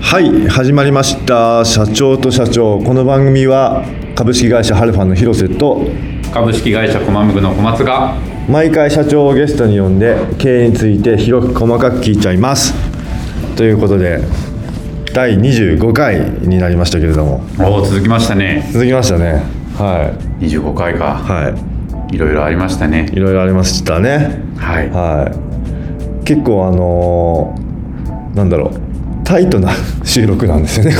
はい始まりました社長と社長この番組は株式会社ハルファの広瀬と株式会社コマムグの小松が毎回社長をゲストに呼んで経営について広く細かく聞いちゃいますということで第25回になりましたけれどもおお続きましたね続きましたねは25回か、、いはいろいろありましたねいいろいろありましたねはいはい結構あのーなんだろうタイトな収録なんですよね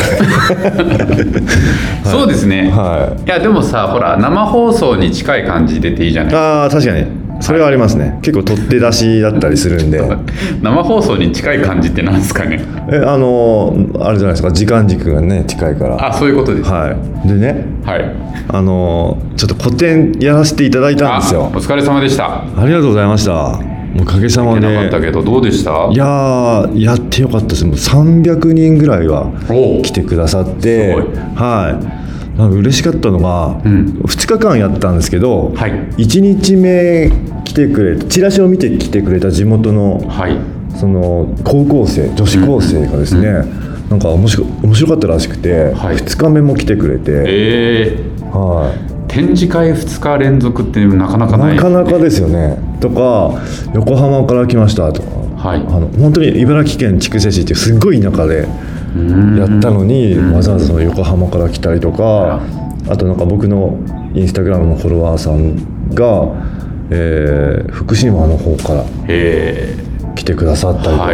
こそうですね、、れはいやでもさほら生放送に近い感じ出ていいじゃいない ああ確かにそれはありますね結構取って出しだったりするんで生放送に近い感じってなんですかねえあのーあれじゃないですか時間軸がね近いからあそういうことですははいでねい、あのーちょっと個展やらせていただいたあんですよお疲れ様でしたありがとうございましたもうおかげさま出でなかったけどどうでしたいやーやってよかったですもう300人ぐらいはおお来てくださってすごいはいなんか嬉しかったのが、うん2日間やったんですけど、はい1日目来てくれたチラシを見て来てくれた地元のはいその高校生女子高生がですね、なんか面白面白かったらしくて、はい2日目も来てくれて、えー、はい展示会2日連続ってなかなかないなかなかですよねとか横浜から来ましたとか、はいあの本当に茨城県筑西市っていうすっごい田舎で。うんやったのにわざわざその横浜から来たりとかああとなんか僕のインスタグラムのフォロワーさんが、えー福島の方からえ来てくださったりとか、は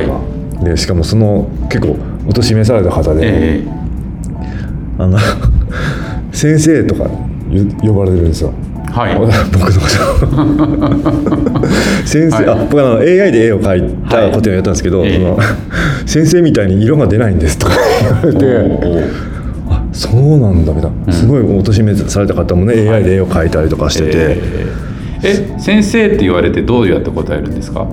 でしかもその結構お年召された方ー、で、えあの 先生とかゆ呼ばれてるんですよ。ー、はい僕のこと 先生、はあい僕あの AI で絵を描いたことをやったんですけど、はいその先生みたいに色が出ないんですとか言われて。 おーあそうなんだみたいな、すごいおとしめされた方もね AI で絵を描いたりとかしてて、えーえ先生って言われてどうやって答えるんですか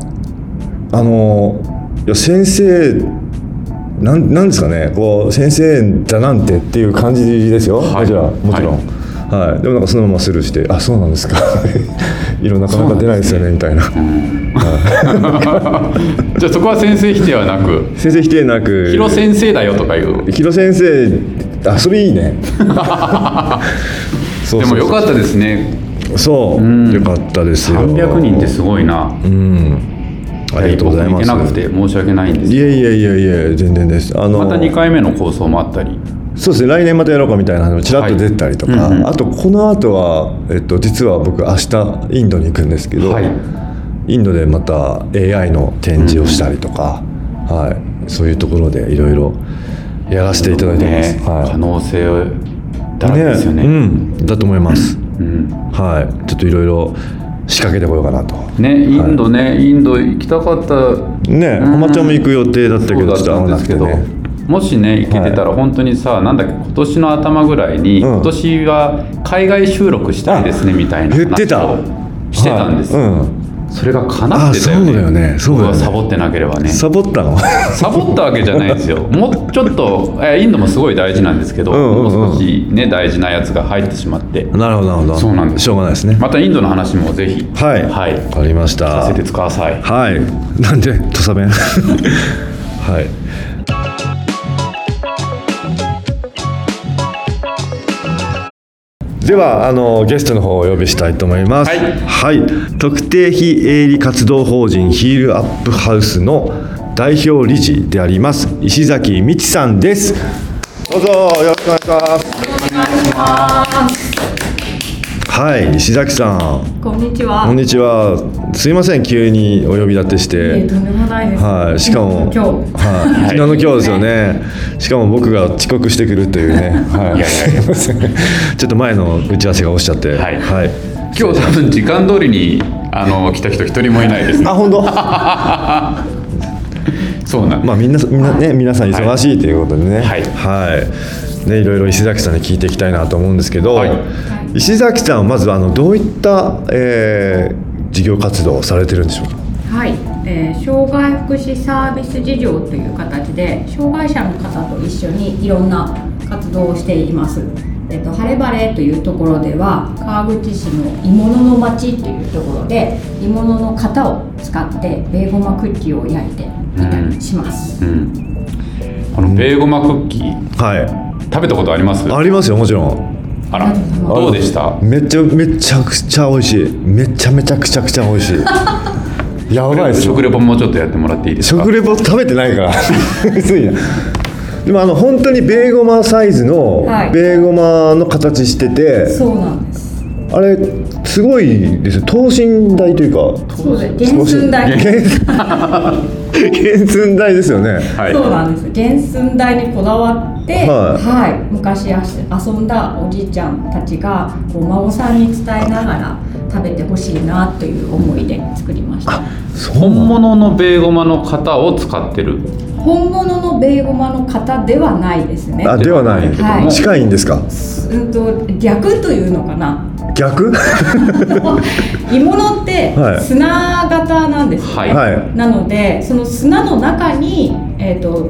あのいや先生なんなんですかねこう先生だなんてっていう感じですよ、はいじゃあもちろん、ははいでもなんかそのままスルーして「あそうなんですか」 色なかなか出ないですよねみたいなじゃあそこは先生否定はなく先生否定な「くヒロ先生だよ」とか言うヒロ先生あそれいい ねそうそうでもそうよかったですねそう、んよかったですよ300人ってすごいなうんありがとうございます僕行けなくて申し訳ないんですいえけいえいえいえ全然ですあのどまた2回目の放送もあったりそうですね来年またやろうかみたいなのちらっと出たりとか、はいうんうんあとこの後はえっと実は僕明日インドに行くんですけど、はいインドでまた AI の展示をしたりとか、はいそういうところでいろいろやらせていただいてます、ねはい可能性だらけですよねねうんだと思います、うんはいちょっといろいろ仕掛けてこようかなとねインドねインド行きたかったねえん浜ちゃんも行く予定だったけそうどだっちょっと合たんわでなすくけてどねもしね行けてたら本当にさ、なんだっけ今年の頭ぐらいに、うん今年は海外収録したいですねみたいな言ってた話をしてたんです、はいそれが叶ってたよねあそうだよねそうだよね僕はサボってなければうん、ねサボった のサボったわけじゃないですよもうちょっとえインドもすごい大事なんですけど、うんうんうんもう少しね大事なやつが入ってしまってなるほどなるほどそうなんですしょうがないですねまたインドの話もぜひはい、はいわかりましたさせてくださいはいなんで土佐弁 はいではあのゲストの方をお呼びしたいと思いますはいい特定非営利活動法人ヒールアップハウスの代表理事であります石崎美智さんですどうぞよろしくお願いしますはい石崎さんこんにちは。こんにちは。すいません、急にお呼び立てしえーてと。んでもないです。はい、しかも。今はい、昨日の今日ですよね。しかも僕が遅刻してくるというね。はいいやいやいやすません ちょっと前の打ち合わせが落ちちゃって。はいはい。今日多分時間通りにあの来た人一人もいないですねあ、本当。そうなんまあ、みんな、みんなね、皆さん忙しいということでね。はいはい。ね、いろいろ石崎さんに聞いていきたいなと思うんですけど。はい石崎さんはまず、あの、どういった、えー事業活動をされてるんでしょうか。はい、えー障害福祉サービス事業という形で障害者の方と一緒にいろんな活動をしています。えっと、晴れ晴れというところでは川口市の鋳物の町というところで鋳物の型を使ってベーゴマクッキーを焼いていたりします、うん、このベーゴマクッキーはい食べたことありますありますよもちろんあらどうでしためっちゃめちゃくちゃ美味しいめちゃめちゃくちゃくちゃ美味し いやばいですよ食レポもうちょっとやってもらっていいですか食レポ食べてないから 薄いなでもあの本当にベーゴマサイズのはいベーゴマの形してて、そうなんですあれすごいですよ等身大というかそうです原寸大原 原寸大ですよねはいそうなんです原寸大にこだわって、ははい昔あし遊んだおじいちゃんたちがこう孫さんに伝えながら食べてほしいなという思いで作りましたそう本な物のベーゴマの型を使ってる本物のベーゴマの型ではないですねあではない、はい近いんですかうんと逆というのかな逆鋳物ってはい砂型なんですよね、はいはいなのでその砂の中に、えー、と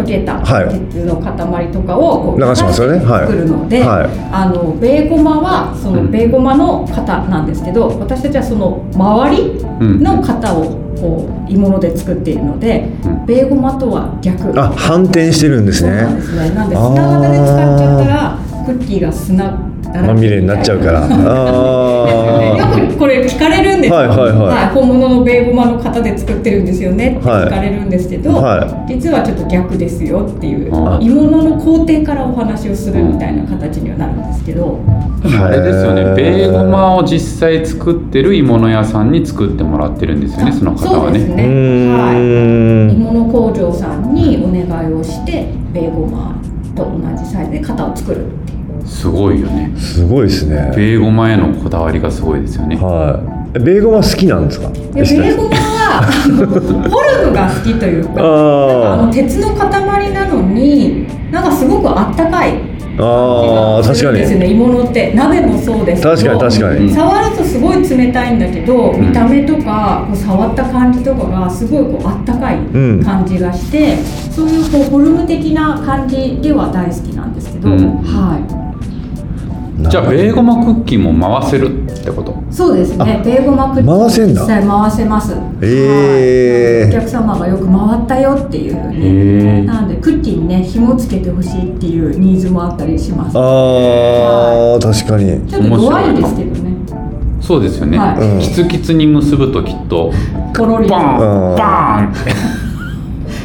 溶けたはい鉄の塊とかをこう流しますよねはい作るので、はいあのベーゴマはそのうんベーゴマの型なんですけど、私たちはその周りの型をこう鋳物で作っているので、うんベーゴマとは逆あ反転してるんですそうなんねですねなんで砂型で使っちゃったらクッキーが砂だらけまみれになっちゃう からあよくこれ聞かれるんですよ、はいはいはい本物のベーゴマの型で作ってるんですよねってはい聞かれるんですけど、は実はちょっと逆ですよっていうあ鋳物の工程からお話をするみたいな形にはなるんですけど、でもあれですよへーねベーゴマを実際作ってる鋳物屋さんに作ってもらってるんですよねその方そはうですねーうねはいー鋳ん物工場さんにお願いをしてベーゴマと同じサイズで型を作るっていうすごいよねすごいですねベーゴマへのこだわりがすごいですよねはいえベーゴマ好きなんですかでベーゴマはあのフォルムが好きというかああの鉄の塊なのになんかすごくあったかいーあー確かですにね鋳物って鍋もそうですけど確かに確かに触るとすごい冷たいんだけど、見た目とかこう触った感じとかがすごいこうあったかいん感じがして、そういうこうフォルム的な感じでは大好きなんですけど、うんはじゃあベーゴマクッキーも回せるってこといそうですねベーゴマクッキー回せんだ実際回せますえーはいお客様がよく回ったよっていうへえねなのでクッキーにね紐つけてほしいっていうニーズもあったりしますあー確かにちょっと弱いんですけどねそうですよね、はいうんキツキツに結ぶときっとポロリバとーうんンバーンっ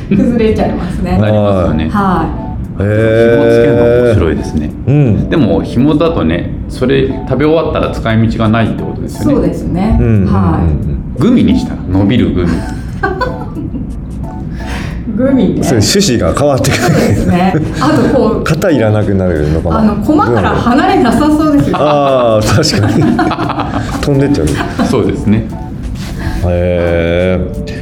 て崩れちゃいますねなりますよね紐はへつけるの面白いいですねうんでも紐だとねそれ食べ終わったら使い道がないってことでい、すよねそうですね。うんはグミにしたら伸びる グミい、グミね。そそうれ趣旨でが変わってくる すね。あとこう、肩いらなくなるのかなあの駒から離れなさそうですよ。ああ確かに 飛んでっちゃうそうですねへえ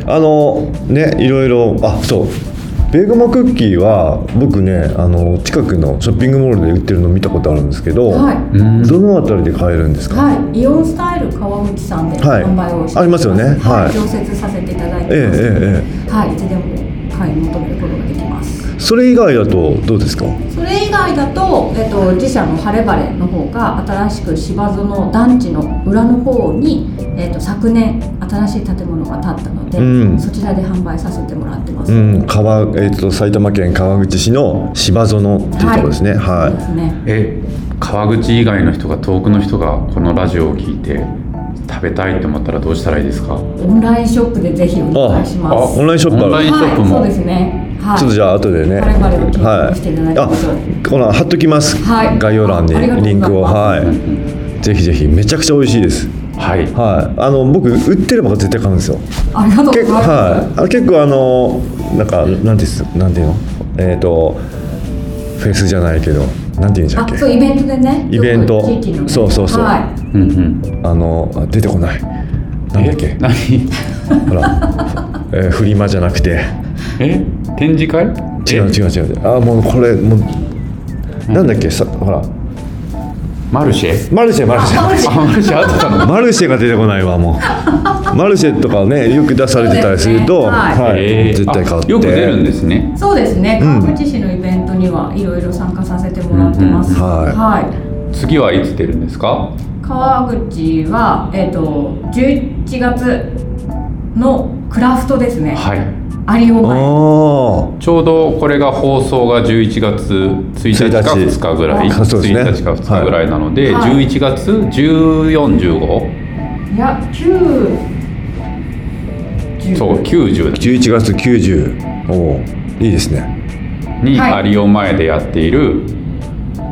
あのねいろいろあそうベーグマクッキーは僕ねあの近くのショッピングモールで売ってるの見たことあるんですけど、はい。うんどのあたりで買えるんですか、はい、イオンスタイル川口さんではい販売をして、ありますよねははいい、常設させていただいええてますので、えはい、いつでも買い求めることができます。それ以外だとどうですかそれ以外だと、えっと、自社の晴れ晴れの方が新しく芝園団地の裏の方に、えっと、昨年新しい建物が建ったので、うんそちらで販売させてもらってます、うん、川えー、と埼玉県川口市の芝園っていうところですね。はい。そうですねえ川口以外の人が遠くの人がこのラジオを聞いて食べたいって思ったらどうしたらいいですかオンラインショップでぜひお願いしますああオンラインショップあオるンラインショップもはい、そうですねはいちょっとじゃあ後でね。我々も検討していただきましょはうい。あ、この貼っときます。はい概要欄にありがとうござリいンますクをうんうはんい。ぜひぜひめちゃくちゃ美味しいです。はいはい。あの僕売ってれば絶対買うんですよ。ありがとうござい結構ます、はい。あ結構あのなんかなんていうんですなんていうのえっ、とフェスじゃないけどなんていうんでしたっけあ、そうイベントでねイベントよく地域のねそうそうそうはうんうんあのあ出てこない。なんだっえけ。何ほ ら、えー、フリマじゃなくて。え展示会違うえ違う違うあーもうこれもうなんだっけさほらマルシェマルシェマルシェ あマルシェあってたのマルシェが出てこないわもマルシェとかねよく出されてたりすると、そうですねはいえー絶対買ってあよく出るんですねそうですねうん川口市のイベントにはいろいろ参加させてもらってます、うんうんはいはい次はいつ出るんですか川口は、えっと11月のクラフトですね、はいあ有馬ーちょうどこれが放送が11月1日か1 2日ぐらいあそうですね1日か2日ぐらいなので、はい11月1415いや9そう90 11月90おーいいですねにはい有オ前でやっている、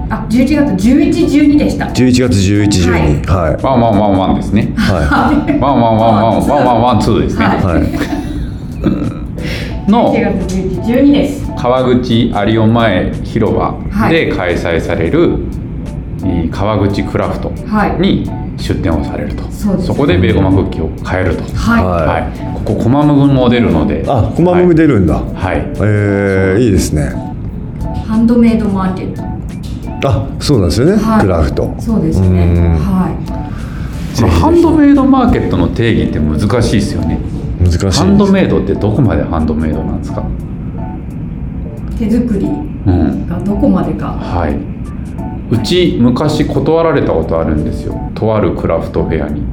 あ11月1112でした11月11時にはいワンワンワンワンですねはワンワンワンワンワンワンワンツーですね、はいい、はいの11月1112です川口有オ前広場で開催される、えー川口クラフトはいに出店をされると、そうですこでベーゴマクッキーを買えると、はい、はいはい、ここコマムも出るのであ、駒込出るんだ。はい、はいえー、いいですね。ハンドメイドマーケットあ、そうなんですよね。はいクラフト。そうですねうんはこのハンドメイドマーケットの定義って難しいですよね難しいです。ハンドメイドってどこまでハンドメイドなんですかい手作りうんがどこまでかはいうち昔断られたことあるんですよとあるクラフトフェアに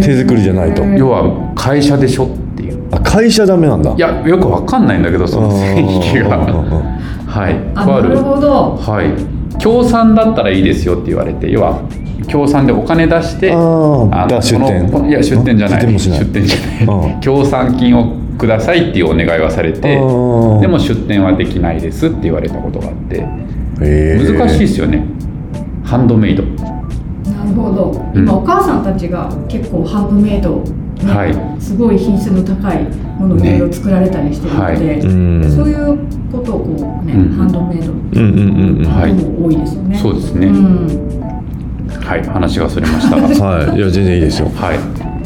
手作りじゃないと要は会社でしょっていうあ、会社ダメなんだ。いやよくわかんないんだけどその正義がうんうんうんうんはいあとあなるるほどはい協賛だったらいいですよって言われて要は協賛でお金出してあーのだから出店このこのいや出店じゃない出店もしない店じゃなうい協賛金をくださいっていうお願いはされてあーでも出店はできないですって言われたことがあってえー難しいですよねハンドメイドなるほどうん今お母さんたちが結構ハンドメイドねはいすごい品質の高いものをいろいろ作られたりしてるうのん。でそういうことをこうねうんハンドメイドうんうんうんうん。はいも多いですよねそうですねんはい話がそれまし たがはい、いや、全然いいですよ。はい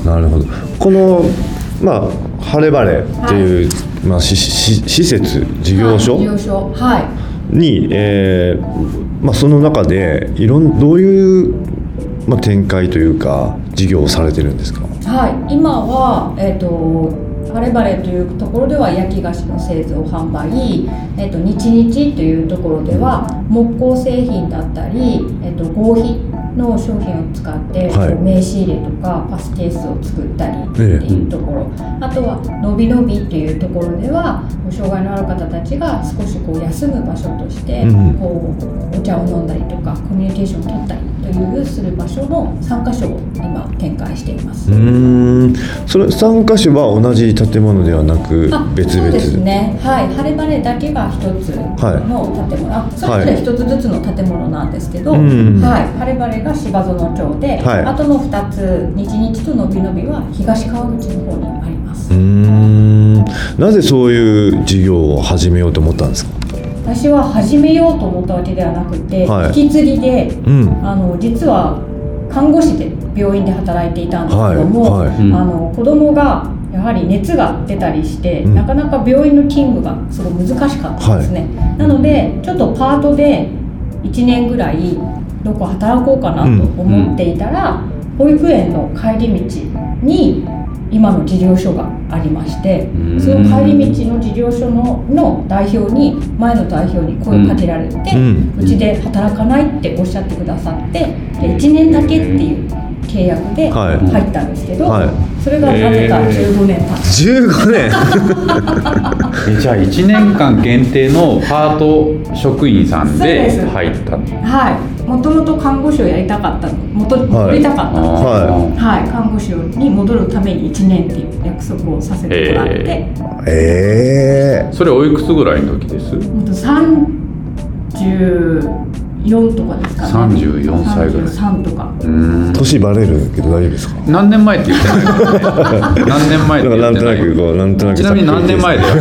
なるほど。この、まあ、晴れ晴れっていう、まあ、し、し、施設、事業所。はい事業所はいに、えーまあ、その中でいろんどういう、まあ、展開というか事業をされてるんですかはい今はえっと晴れ晴れというところでは焼き菓子の製造販売、えっと日日というところでは木工製品だったり、えっと合皮の商品を使って、はい名刺入れとかパスケースを作ったりってええいうところ、あとはのびのびっていうところでは障害のある方たちが少しこう休む場所として、うんこうお茶を飲んだりとかコミュニケーションを取ったりというする場所の3か所を今展開しています。うーんそれ3箇所は同じ建物ではなくあ別そう々ですねはい晴れ晴れだけが一つの建物、あそれぞれ一つずつの建物なんですけど、うはいん晴れ晴れが芝園町で、はいあとの2つ日日とのびのびは東川口の方にあります、うーんなぜそういう事業を始めようと思ったんですか私は始めようと思ったわけではなくて、はい引き継ぎでうんあの実は看護師で病院で働いていたんですけども、はいはいあの子供がやはり熱が出たりして、うんなかなか病院の勤務がすごい難しかったんですね、なのでちょっとパートで1年ぐらいどこ働こうかなと思っていたら、保育園の帰り道に今の事業所がありましてうんその帰り道の事業所のの代表に前の代表に声をかけられて、うんうちで働かないっておっしゃってくださってで1年だけっていう契約ではい入ったんですけど、はいそれがなぜか15年経って、 15年えじゃあ1年間限定のパート職員さんでそうです入ったのはいもともと看護師をやりたかったの戻戻りたかったんです、ははい、看護師に戻るために1年っていう約束をさせてもらって、ええそれおいくつぐらいの時ですほんと34とかですかね34歳ぐらい33とかうーんー、年バレるけど大丈夫ですか何年前って言ってないからね何年前っだてか言らなっんてとなないくこうなんとなくちなみに何年前だよ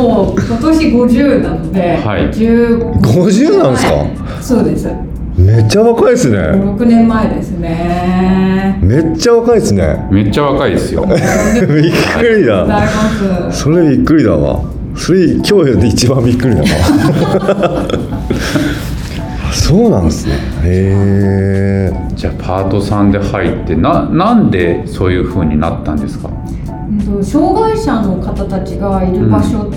もう今年50なので、はい15 50なんですかはいそうですめっちゃ若いですね56年前ですねめっちゃ若いですねめっちゃ若いですよびっくりだございますそれびっくりだわそれ今日で一番びっくりだわ そうなんですねへえじゃあパートさんで入ってななんでそういう風になったんですかうんと障害者の方たちがいる場所っ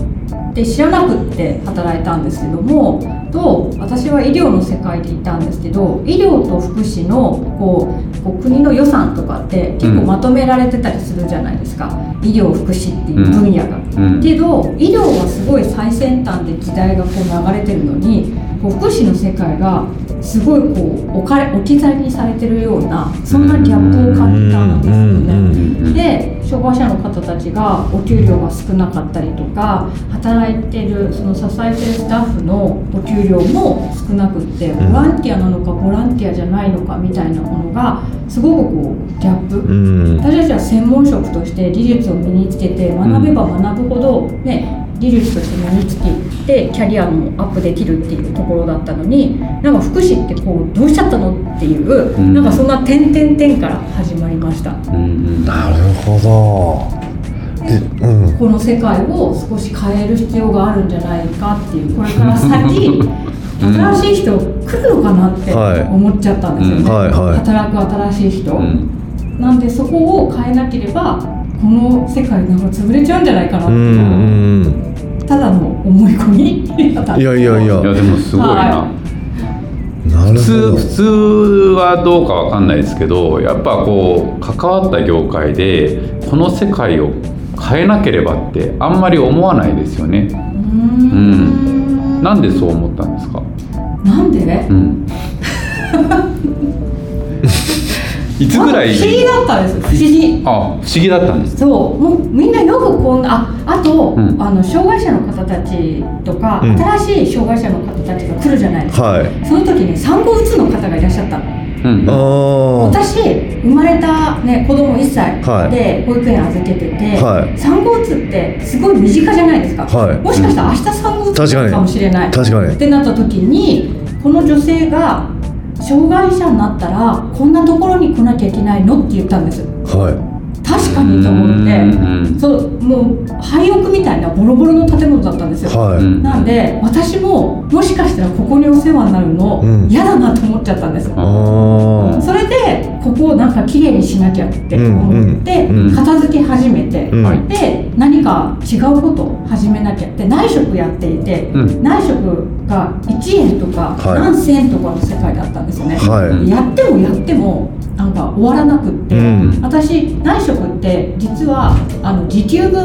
て知らなくって働いたんですけども、と私は医療の世界でいたんですけど医療と福祉のこうこう国の予算とかって結構まとめられてたりするじゃないですか、医療福祉っていう分野が。うんけど医療はすごい最先端で時代がこう流れてるのにこう福祉の世界がすごいこう置かれ置き去りにされてるようなそんなギャップを感じたんですよね。で障害者の方たちがお給料が少なかったりとか働いてるその支えてるスタッフのお給料も少なくってボんランティアなのかボランティアじゃないのかみたいなものがすごくこうギャップ、うん私たちは専門職として技術を身につけて学べば学ぶほど、ね、技術として身につけてキャリアもアップできるっていうところだったのになんか福祉ってこうどうしちゃったのっていう、うんなんかそんな点々点から始まりました。うんうんなるほどでうんこの世界を少し変える必要があるんじゃないかっていうこれから先新しい人来るのかなってはい思っちゃったんですよね、うんはいはい働く新しい人、うんなんでそこを変えなければこの世界なんか潰れちゃうんじゃないかなっうていんう、うんただの思い込みだったんいですやいやいやいやでもすごいな、はなるほ普通ど普通はどうかわかんないですけどやっぱこう関わった業界でこの世界を変えなければってあんまり思わないですよねうーんなんでそう思ったんですか、なんでねうん、いつぐらい不思議だったんですよ不思議あ不思議だったんですそうもうみんなよくこんなああと、うんあの障害者の方たちとか、うん新しい障害者の方たちが来るじゃないですか、はいその時に産後うつの方がいらっしゃったのうんああは私生まれた、ね、子供1歳はいで保育園預けてて、はい産後うつってすごい身近じゃないですか、はいもしかしたら明日産後うつになるかもしれないい確かっにてなった時にこの女性が障害者になったらこんなところに来なきゃいけないのって言ったんですは確かにと思って、うんそうもう廃屋みたいなボロボロの建物だったんですいよ、はい、うんなんで私ももしかしたらここにお世話になるのうん嫌だなと思っちゃったんですよ、ああそれでここをなんか綺麗にしなきゃって思ってうんうんうん片付け始めて、うんはいで何か違うことを始めなきゃって内職やっていてうん内職が1円とかはい何千円とかの世界だったんですよね、はい、うんやってもやってもなんか終わらなくって、うん私内職って実はあの時給分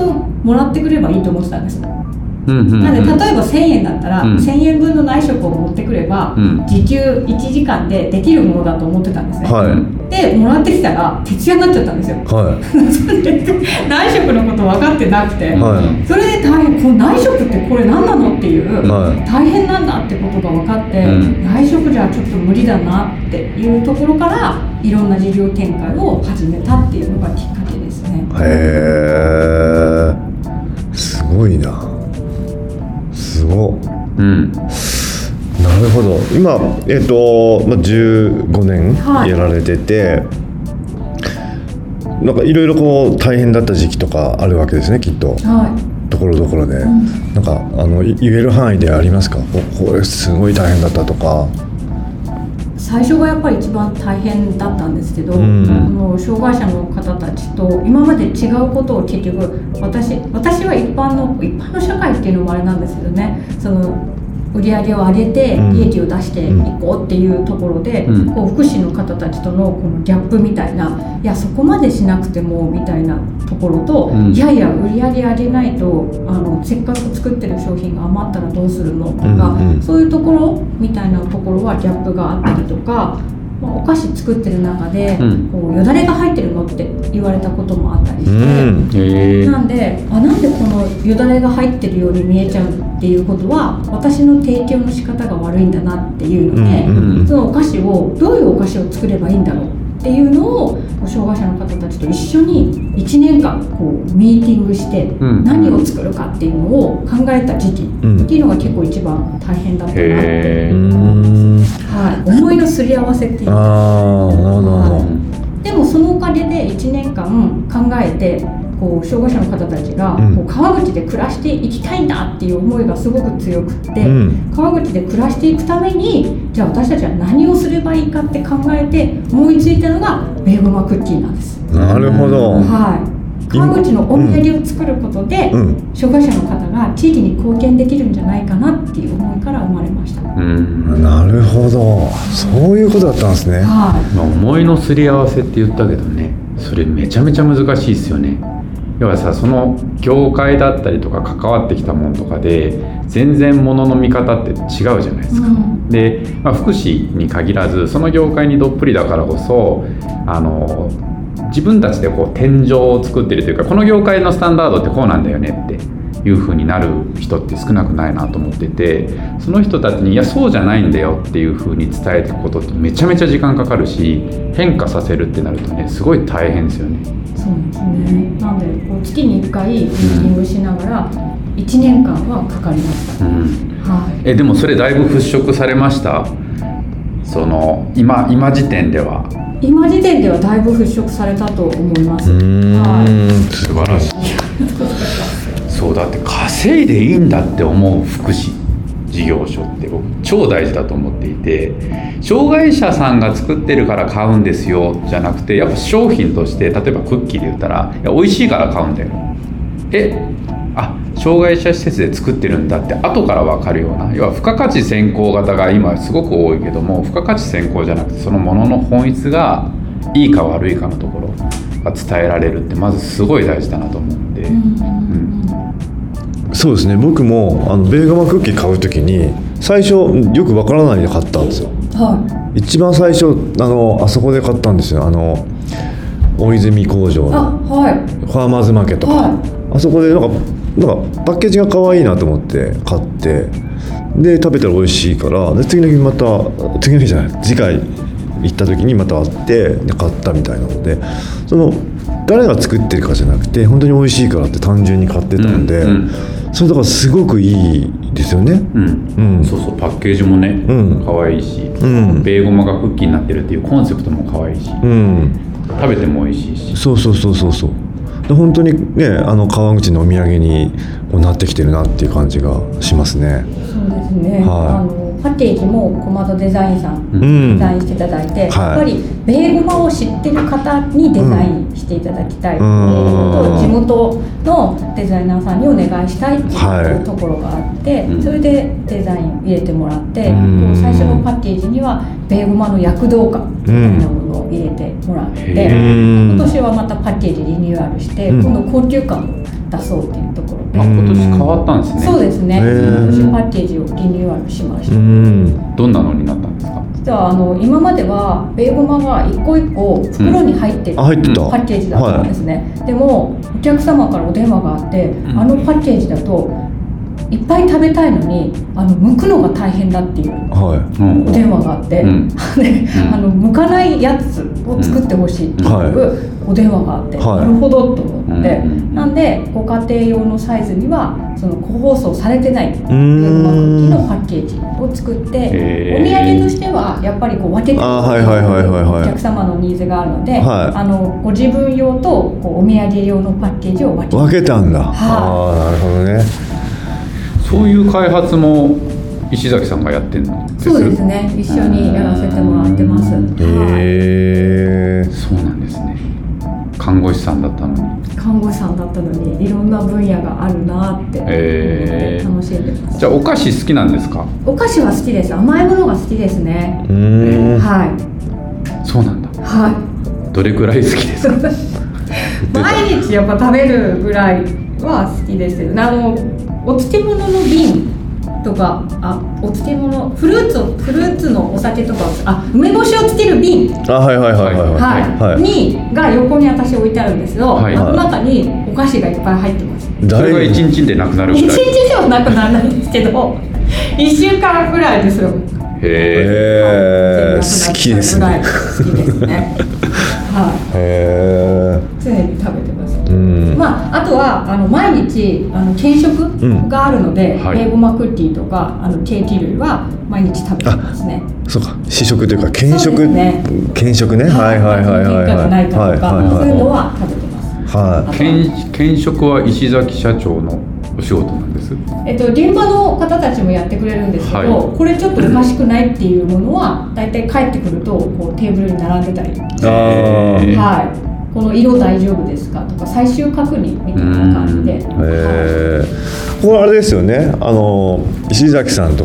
もらってくればいいと思ってたんです、うんうんうんなので例えば1000円だったら、うん1000円分の内職を持ってくれば、うん時給1時間でできるものだと思ってたんですね、はいでもらってきたら徹夜になっちゃったんですよ は内職のこと分かってなくて、はいそれで大変この内職ってこれ何なのっていう、いは大変なんだってことが分かって、うん内職じゃちょっと無理だなっていうところからいろんな事業展開を始めたっていうのがきっかけですね。いへえすごいなすごっうんなるほど今えっ、と、まあ、15年はいやられてて、なんかいろいろこう大変だった時期とかあるわけですねきっとはい、ところどころで、んなんかあのい言える範囲でありますかここれすごい大変だったとか最初がやっぱり一番大変だったんですけど、うんあの障害者の方たちと今まで違うことを結局私私は一般の一般の社会っていうのもあれなんですけどねその売り上げを上げてうん利益を出していこうっていうところで、うんこう福祉の方たちとのこのギャップみたいないやそこまでしなくてもみたいなところと、うんいやいや売り上げ上げないとあのせっかく作ってる商品が余ったらどうするのとか、うんうんそういうところみたいなところはギャップがあったりとか、まあ、お菓子作ってる中で、うんこうよだれが入ってるのって言われたこともあったりしうて。んへえなんであなんでこのよだれが入ってるように見えちゃうっていうことは私の提供の仕方が悪いんだなっていうので、うんうんうんそのお菓子をどういうお菓子を作ればいいんだろうっていうのを障害者の方たちと一緒に1年間こうミーティングしてん何を作るかっていうのを考えた時期うんっていうのが結構一番大変だったなって、うへえーんはい、思いのすり合わせっていうかああなるほどなるほどでもそのおかげで1年間考えてこう障害者の方たちが、うんこう川口で暮らしていきたいんだっていう思いがすごく強くって、うん川口で暮らしていくためにじゃあ私たちは何をすればいいかって考えて思いついたのがベーゴマクッキーなんです。なるほど、うんはい、川口のお土産を作ることで、うん障害者の方が地域に貢献できるんじゃないかなっていう思いから生まれました。はうんなるほどそういうことだったんですねいまあ、思いのすり合わせって言ったけどねそれめちゃめちゃ難しいですよね要はさその業界だったりとか関わってきたもんとかで全然ものの見方って違うじゃないですか、うんで、まあ、福祉に限らずその業界にどっぷりだからこそあの自分たちでこう天井を作ってるというかこの業界のスタンダードってこうなんだよねっていう風になる人って少なくないなと思っててその人たちにいやそうじゃないんだよっていう風に伝えていくことってめちゃめちゃ時間かかるし変化させるってなるとねすごい大変ですよね。そうですね。なんでこう月に1回ミーティングしながら1年間はかかりましうんた。はい。えでもそれだいぶ払拭されましたその今今時点では今時点ではだいぶ払拭されたと思います。うーはん素晴らしいそうだって稼いでいいんだって思う福祉事業所って僕超大事だと思っていて障害者さんが作ってるから買うんですよじゃなくてやっぱ商品として例えばクッキーで言ったらいや美味しいから買うんだよえあ障害者施設で作ってるんだって後から分かるような要は付加価値先行型が今すごく多いけども付加価値先行じゃなくてそのものの本質がいいか悪いかのところが伝えられるってまずすごい大事だなと思うんで。そうですね僕もあのベーガマクッキー買う時に最初よくわからないで買ったんですよい。はい。一番最初あのあそこで買ったんですよあの大泉工場あ、のはい。ファーマーズマーケットか、はあそこでなんかなんかパッケージが可愛いなと思って買ってで食べたら美味しいからで次の日また次の日じゃない次回行った時にまた会ってで買ったみたいなのでその誰が作ってるかじゃなくて本当に美味しいからって単純に買ってたので、うんうんそれだからすごくいいですよね。うんうんそうそうパッケージもね、うん可愛いし、んベーゴマがクッキーになってるっていうコンセプトも可愛いし、うん、食べても美味しいし、そうそうそうそうそうで本当にねあの川口のお土産にこうなってきてるなっていう感じがしますね。そうですね。はあのパッケージも小窓デザインさん。うデん、ザインしていただいて、いやっぱりベーゴマを知ってる方にデザインしていただきたいっていうのうんと地元のデザイナーさんにお願いしたいってはいいうところがあって、うんそれでデザイン入れてもらって、うんこう最初のパッケージにはベーゴマの躍動感みたいなものを入れてもらって、へーうん今年はまたパッケージリニューアルして、うん今度高級感を出そうっていうところで、あうん今年変わったんですねそうですねへー今年パッケージをリニューアルしました。うんどんなのになったんですか実はあの今まではベーゴマが一個一個袋に入ってる、あ入ってた、パッケージだったんですね、でもお客様からお電話があって、んあのパッケージだといっぱい食べたいのにあの剥くのが大変だっていうはうんお電話があって、うんうでんあの剥かないやつを作ってほしいっていうお電話があって、はいなるほどと思って、うんなんでご家庭用のサイズにはその個包装されてない。いうベーゴマクッキーん。のパッケージを作ってへーお土産としてはやっぱりこう分けてあーはいはいはいはいはいお客様のニーズがあるので、はいあのご自分用とこうお土産用のパッケージを分けて分けたんだ。いああ、なるほどね。そういう開発も石崎さんがやってんのそうですね一緒にやらせてもらってます、うんはいへえ。そうなんですね看護師さんだったのに看護師さんだったのにいろんな分野があるなーって、へー楽しんでますじゃあお菓子好きなんですかお菓子は好きです甘いものが好きですね、うーん。はいそうなんだはいどれくらい好きですか毎日やっぱ食べるぐらいは好きですよねあのお漬物の瓶とかあお漬物フルーツをフルーツのお酒とかをあ梅干しをつける瓶あ、はいはいはいはいはは。はいい、はい。にが横に私置いてあるんですけど、はいあの中にお菓子がいっぱい入ってますそれがだいぶ一日でなくなる一ぐらい日ではなくならないんですけど一週間ぐらいですよへえへえ。全好きです部なねく。なるぐらい好きです ねはいへ常に食べてますえ。うん。まあ、あとはあの毎日あの軽食んがあるので、はいベーゴマクッキーとかあのケーキ類は毎日食べてますね。そうか、試食というか、兼そう食ですね。兼食ね。はいはいはいはい喧嘩がないかとか、はいはいそういうのはは食べてます。い。は兼兼職は石崎社長のお仕事なんですえっと、現場の方たちもやってくれるんですけど、はこれちょっとおかしくないっていうものは大体帰ってくるとこうテーブルに並んでたり、あーえーはい、この色大丈夫ですかとか最終確認みたいな感じで、ういはいえー、これあれですよねあの石崎さんと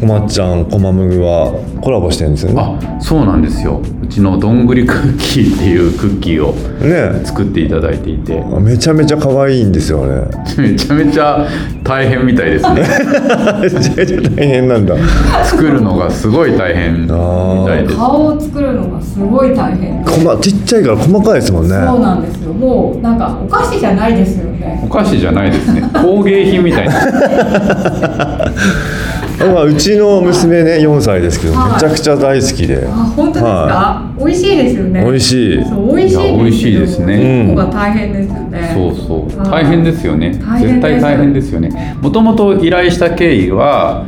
こまっちゃんこまむぐはコラボしてるんですよねあそうなんですようちのどんぐりクッキーっていうクッキーをね作っていただいていてめちゃめちゃ可愛いんですよあれめちゃめちゃ大変みたいです ね めちゃめちゃ大変なんだ作るのがすごい大変みたいです顔を作るのがすごい大変、こまちっちゃいから細かいですもんねそうなんですよもうなんかお菓子じゃないですよねお菓子じゃないですね工芸品みたい なまあ、うちの娘ね4歳ですけどはいめちゃくちゃ大好きで、あ本当ですか、は美味しいですよね美味しいしいそう美味しいいや美味しいですねここが大変ですよね、そうそうあー大変ですよね大変です絶対大変ですよねもともと依頼した経緯は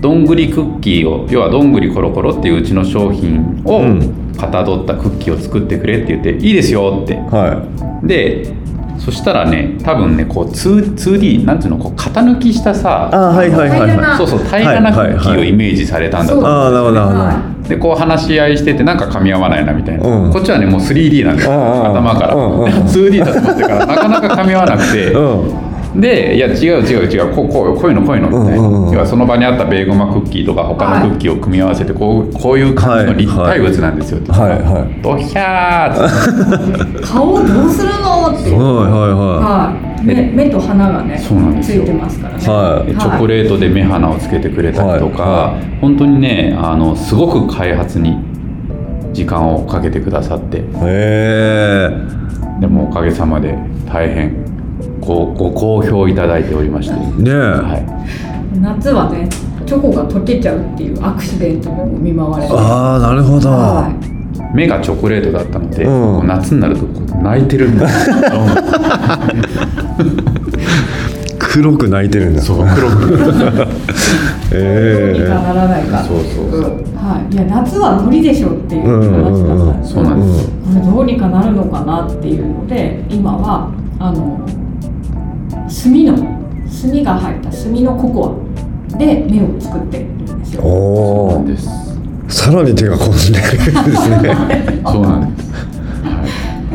どんぐりクッキーを要はどんぐりコロコロっていううちの商品をうんかたどったクッキーを作ってくれって言って「いいですよ」ってはでそしたらね多分ねこう 2- 2D なんていうのこう型抜きしたさあーはいはいはいはい平らなそうそう平らなクはいはいッキーをイメージされたんだいと思うああなるほどなるほど、はでこう話し合いしててなんか噛み合わないなみたいな、うんこっちはねもう 3D なんですようんうんうん頭から、うんうんうん 2D だと思ってからなかなか噛み合わなくて、うでいや違う違う違うこうこうこういうのこういうのみたいな、うんうんうん要はその場にあったベーゴマクッキーとか他のクッキーを組み合わせてこうこういう感じの立体物なんですよって、はいはいドヒャーっ顔どうするのってんはいははい、目目と鼻がねそうなんですよついてますからね、はいてチョコレートで目鼻をつけてくれたりとか、は本当にねあのすごく開発に時間をかけてくださっていはいへえでもおかげさまで大変ごご好評いただいておりまして、ねえ、は夏はねチョコが溶けちゃうっていうアクシデントにも見舞われてああなるほど、はいい、目がチョコレートだったので、うんこう夏になるとこう泣いてる んですよ黒く泣いてるんだそう黒くどうに えかならないかっていそうそうそうはい、いや夏は無理でしょっていう話だったんですそうなんです、これどうにかなるのかなっていうので今はあの炭の炭が入った炭のココアで目を作ってるんですえよそうなおんおですさらに手が込んでるんですねそうなんです、は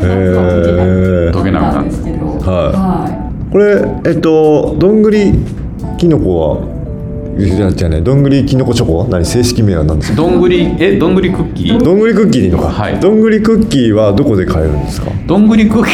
へえ溶けなくなったんですけど、ははいこれえっとどんぐりきのこはいや違うねどんぐりきのこチョコは何正式名は何ですい、かどんぐりえどんぐりクッキーどんぐりクッキーでいいのか、はいどんぐりクッキーはどこで買えるんですかどんぐりクッ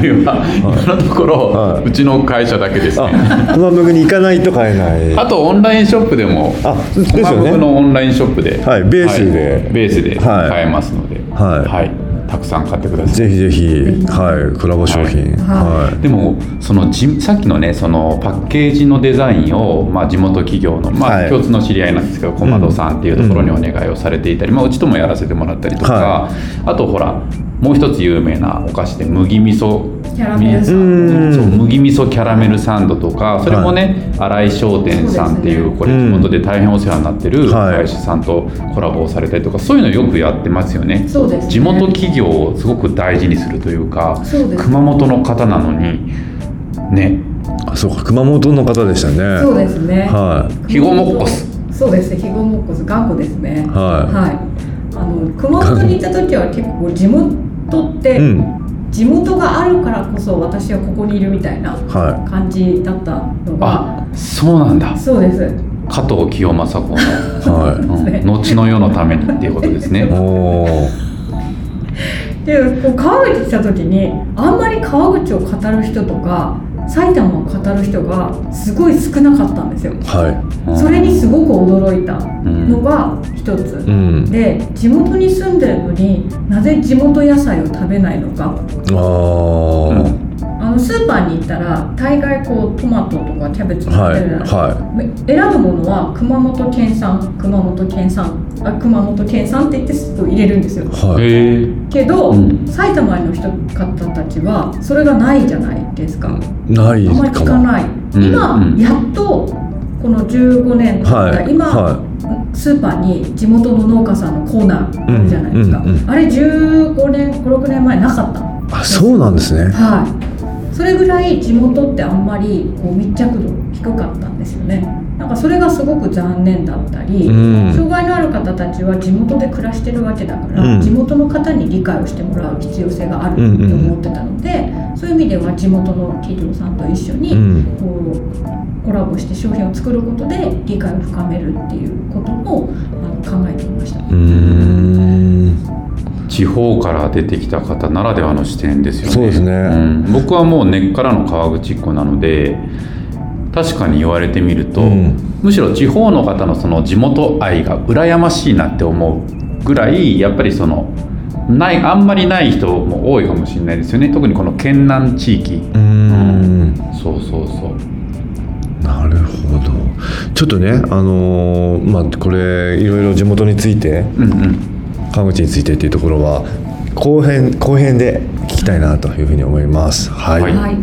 キーは今のところ、はいうちの会社だけですねあ、コマムグに行かないと買えない。あとオンラインショップでもあですよコねマブクのオンラインショップで、はいベースではいベースではい買えますので、はいたくさん買ってくださぜいひぜひ、はい、コラボ商品、ははでもそのじさっきのねそのパッケージのデザインを、まあ、地元企業の、まはあ、い共通の知り合いなんですけど、小窓さんっていうところにお願いをされていたり、まあ、うちともやらせてもらったりとか、はあとほらもう一つ有名なお菓子で麦味噌キャラメルサンドうんそう麦味噌キャラメルサンドとかそれもね、新井商店さんっていうこれうん地元で大変お世話になってるはい会社さんとコラボをされたりとかそういうのよくやってますよね。そうですね地元企業をすごく大事にするというかそうです熊本の方なのにねい。あ、そうか、熊本の方でしたね。そうですね。はい。肥後もっこすそうですね。肥後もっこす頑固ですね。はいいあの熊本に行った時は結構地元って、うん、地元があるからこそ私はここにいるみたいなは感じだったのが。あそうなんだそうです。加藤清正子い、の、 はうん後の世のためにっていうことですねい。。おお、で、こう川口来た時にあんまり川口を語る人とか埼玉を語る人がすごい少なかったんですよ。はうんそれにすごく驚いたうんのが一つ。い。うん、で地元に住んでるのになぜ地元野菜を食べないのかああ、あのスーパーに行ったら大概こうトマトとかキャベツとかは出いるじゃない、は選ぶものは熊本県産熊本県産あ熊本県産って言ってスープを入れるんですよい、はい。へえけど、うん埼玉の人方たちはそれがないじゃないですか、ないあんまりか聞かも。ない、うん今、うんやっとこの15年とか、はい今、はスーパーに地元の農家さんのコーナーあるじゃないですか、うんうんうんあれ15年56年前なかったああそうなんですねはい、それぐらい地元ってあんまりこう密着度低かったんですよねなんかそれがすごく残念だったり、うん障害のある方たちは地元で暮らしてるわけだから、うん地元の方に理解をしてもらう必要性があると思ってたので、そういう意味では地元の企業さんと一緒うにんこうコラボして商品を作ることで理解を深めるっていうこともあの考えていました。うーん地方から出てきた方ならではの視点ですよねそうですねん僕はもう根っからの川口っ子なので確かに言われてみると、うんむしろ地方の方のその地元愛が羨ましいなって思うぐらいやっぱりそのないあんまりない人も多いかもしれないですよね特にこの県南地域うーんそうそうそうなるほどちょっとねあのーまあこれいろいろ地元についてうんうん川口についてっていうところは後編後編で聞きたいなというふうに思いますはい、はいはい